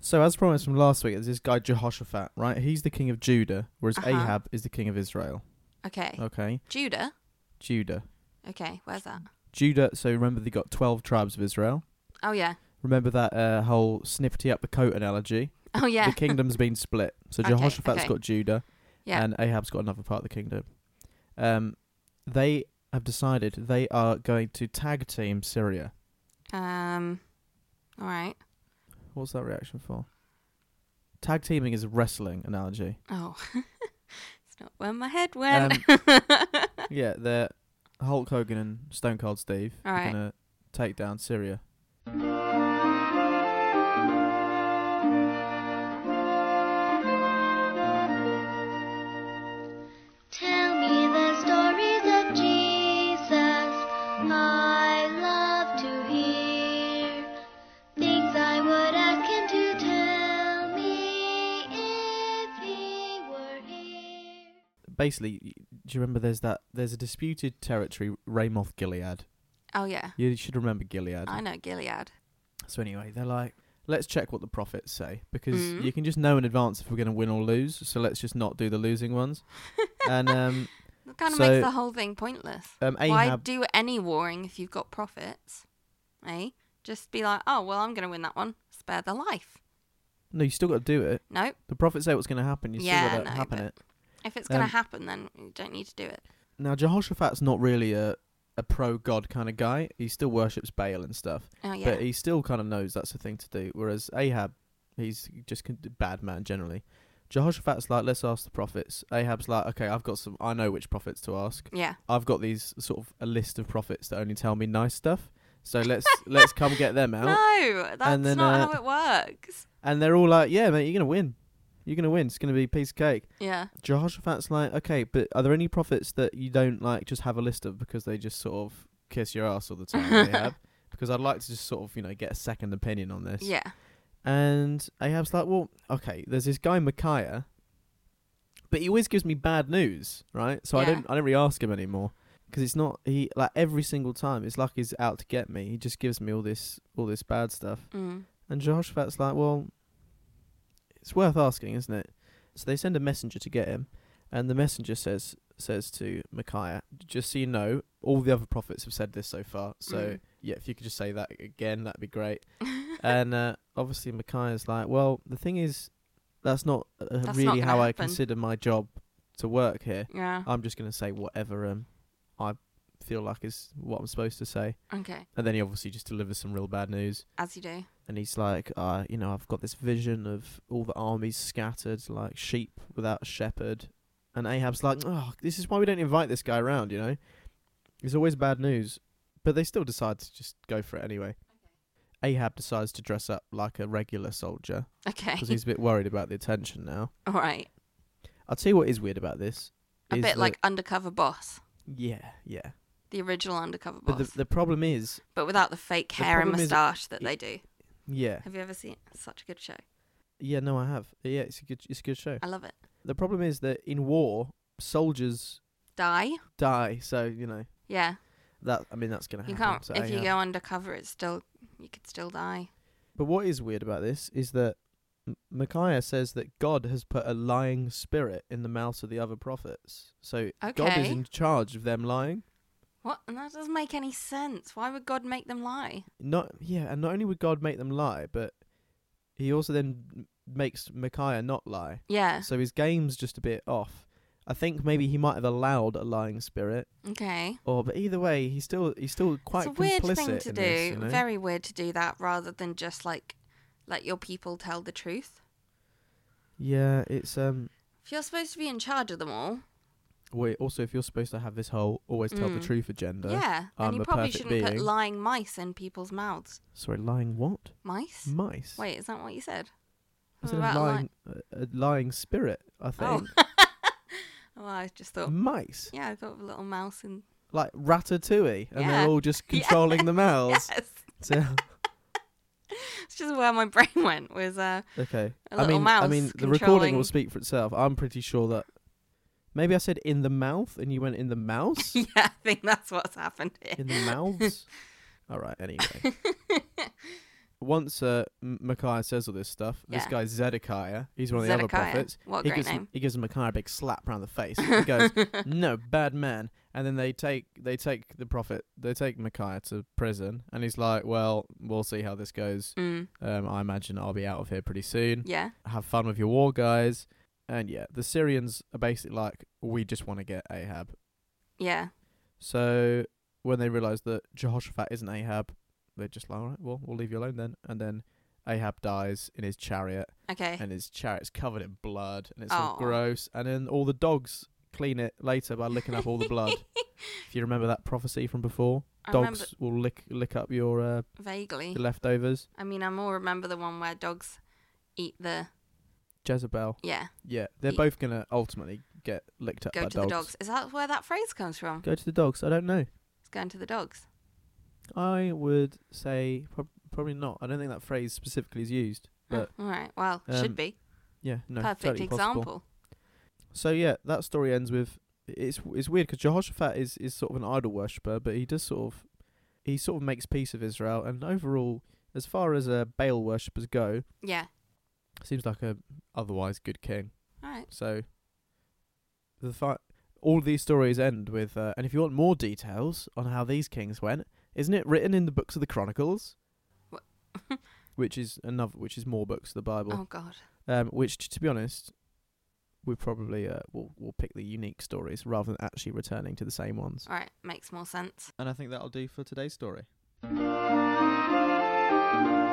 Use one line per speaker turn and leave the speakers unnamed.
So as promised from last week, there's this guy Jehoshaphat, right? He's the king of Judah, whereas
Uh-huh.
Ahab is the king of Israel.
Okay.
Okay,
Judah.
Judah,
Okay. Where's that?
Judah. So remember, they got twelve tribes of Israel.
Oh yeah.
Remember that uh, whole snippety up the coat analogy.
Oh yeah.
The kingdom's been split. So
Okay,
Jehoshaphat's
okay.
got Judah,
Yeah.
and Ahab's got another part of the kingdom. Um, they have decided they are going to tag team Syria.
Um. All right.
What's that reaction for? Tag teaming is a wrestling analogy.
Oh. it's not where my head went.
Um, yeah, they're Hulk Hogan and Stone Cold Steve
All
are
right.
gonna take down Syria.
Tell me the stories of Jesus. I love to hear things I would ask him to tell me if he were here.
Basically, y- do you remember there's that there's a disputed territory, Ramoth Gilead.
oh yeah.
You should remember Gilead.
I know Gilead.
So anyway, they're like, let's check what the prophets say because
Mm.
you can just know in advance if we're going to win or lose. So let's just not do the losing ones. and um,
That kind of
So-
makes the whole thing pointless.
um,
Why
Ahab,
do any warring if you've got profits? Eh? Just be like, oh well, I'm gonna win that one. Spare the life.
no, you still got to do it.
Nope.
The prophets say what's going to happen. You
Yeah,
still got to
no,
happen
but-
it.
If it's gonna
Um,
happen, then you don't need to do it.
Now Jehoshaphat's not really a a pro God kind of guy. He still worships Baal and stuff,
Oh yeah.
but he still kind of knows that's the thing to do. Whereas Ahab, he's just a bad man generally. Jehoshaphat's like, let's ask the prophets. Ahab's like, okay, I've got some. I know which prophets to ask.
yeah.
I've got these sort of a list of prophets that only tell me nice stuff. So let's let's come get them out.
No, that's
then,
not
uh,
how it works.
And they're all like, "Yeah, mate, you're gonna win. You're gonna win. It's gonna be a piece of cake."
Yeah.
Jehoshaphat's like, "Okay, but are there any prophets that you don't like? Just have a list of because they just sort of kiss your ass all the time." they have. Because I'd like to just sort of you know get a second opinion on this.
Yeah.
And Ahab's like, "Well, okay, there's this guy Micaiah, but he always gives me bad news, right? So I
Yeah.
don't I don't really ask him anymore." because it's not he like every single time it's like he's out to get me he just gives me all this all this bad stuff
Mm.
and jehoshaphat's like well it's worth asking isn't it so they send a messenger to get him and the messenger says says to micaiah just so you know all the other prophets have said this so far so
Mm.
yeah if you could just say that again that'd be great and uh, obviously micaiah's like well the thing is that's not uh,
not
really
gonna
how i
happen."
consider my job to work here
yeah.
I'm just going to say whatever um I feel like is what I'm supposed to say.
Okay.
And then he obviously just delivers some real bad news.
As you do.
And he's like, uh, you know, I've got this vision of all the armies scattered like sheep without a shepherd. And Ahab's like, oh, this is why we don't invite this guy around, you know? It's always bad news. But they still decide to just go for it anyway. Ahab decides to dress up like a regular soldier
Okay.
because he's a bit worried about the attention now.
All right.
I'll tell you what is weird about this.
A
is
bit
that-
like undercover boss,
Yeah, yeah.
the original undercover
But
boss,
the, the problem is,
but without the fake
the
hair and
problem is-
moustache that they do.
yeah,
Have you ever seen it? It's such a good show?
yeah, no, I have. Yeah, it's a good, it's a good show.
I love it.
The problem is that in war, soldiers
Die.
die, so you know
Yeah.
that. I mean, that's gonna
You
happen.
can't.
so
if you
anyhow.
go undercover, it's still you could still die.
But what is weird about this is that M- Micaiah says that God has put a lying spirit in the mouths of the other prophets, so God is
Okay.
in charge of them lying.
What? And that doesn't make any sense. Why would God make them lie?
Not yeah, and not only would God make them lie, but he also then m- makes Micaiah not lie.
Yeah.
So his game's just a bit off. I think maybe he might have allowed a lying spirit,
Okay.
or but either way, he's still he's still quite
it's a weird
complicit
thing to
in
do.
this, you know?
Very weird to do that rather than just like let your people tell the truth.
yeah, it's um.
If you're supposed to be in charge of them all,
Wait, also if you're supposed to have this whole always tell the
Mm.
truth agenda.
yeah, then
I'm
you
a
probably
perfect
shouldn't put
being.
lying mice in people's mouths.
Sorry, lying what?
Mice?
Mice.
Wait, is that what you said?
I said a
About li-
lying, a, a lying spirit. I
Oh.
think
oh, I just thought.
mice
Yeah, I thought of a little mouse in.
like Ratatouille, and
Yeah.
they're all just
Yeah.
controlling the mouths.
Yes,
So,
it's just where my brain went. Was uh,
okay.
A
I
little
mean, I
mouse
mean, the recording
controlling-
will speak for itself. I'm pretty sure that. Maybe I said in the mouth, and you went in the mouse.
yeah, I think that's what's happened here.
in the mouths. All right. Anyway. once uh, M- Micaiah says all this stuff, this
Yeah.
guy Zedekiah, he's one of the
Zedekiah.
other prophets.
What a
he
great
gives
name.
he gives Micaiah a big slap round the face. He goes, "Mm." "No, bad man." And then they take they take the prophet, they take Micaiah to prison, and he's like, "Well, we'll see how this goes.
mm,
Um, I imagine I'll be out of here pretty soon.
yeah.
Have fun with your war, guys." And yeah, the Syrians are basically like, "We just want to get Ahab."
Yeah.
So when they realise that Jehoshaphat isn't Ahab, they're just like, all right, well, we'll leave you alone then. And then Ahab dies in his chariot,
Okay.
and his chariot's covered in blood, and it's all
Aw.
gross. And then all the dogs clean it later by licking up all the blood. If you remember that prophecy from before,
I remember
dogs will lick lick up your uh,
vaguely.
your leftovers.
I mean, I more remember the one where dogs eat the
Jezebel,
yeah
yeah, they're
Ye-
both gonna ultimately get licked up
go
by
to the dogs. Is that where that phrase comes from?
Go to the dogs. I don't know.
It's going to the dogs.
I would say prob- probably not. I don't think that phrase specifically is used, but
oh, all right. Well,
um,
should be
Yeah, no,
perfect
totally possible.
example.
So yeah, that story ends with it's it's weird because Jehoshaphat is is sort of an idol worshipper, but he does sort of he sort of makes peace with Israel, and overall, as far as uh, Baal worshippers go,
Yeah.
seems like a otherwise good king.
All right.
So the fi- all these stories end with, uh, and if you want more details on how these kings went, isn't it written in the books of the Chronicles?
What?
which is another, which is more books of the Bible
Oh God.
um, which t- to be honest, we probably uh, will will pick the unique stories rather than actually returning to the same ones.
All right. Makes more sense.
And I think that'll do for today's story.
Thank you.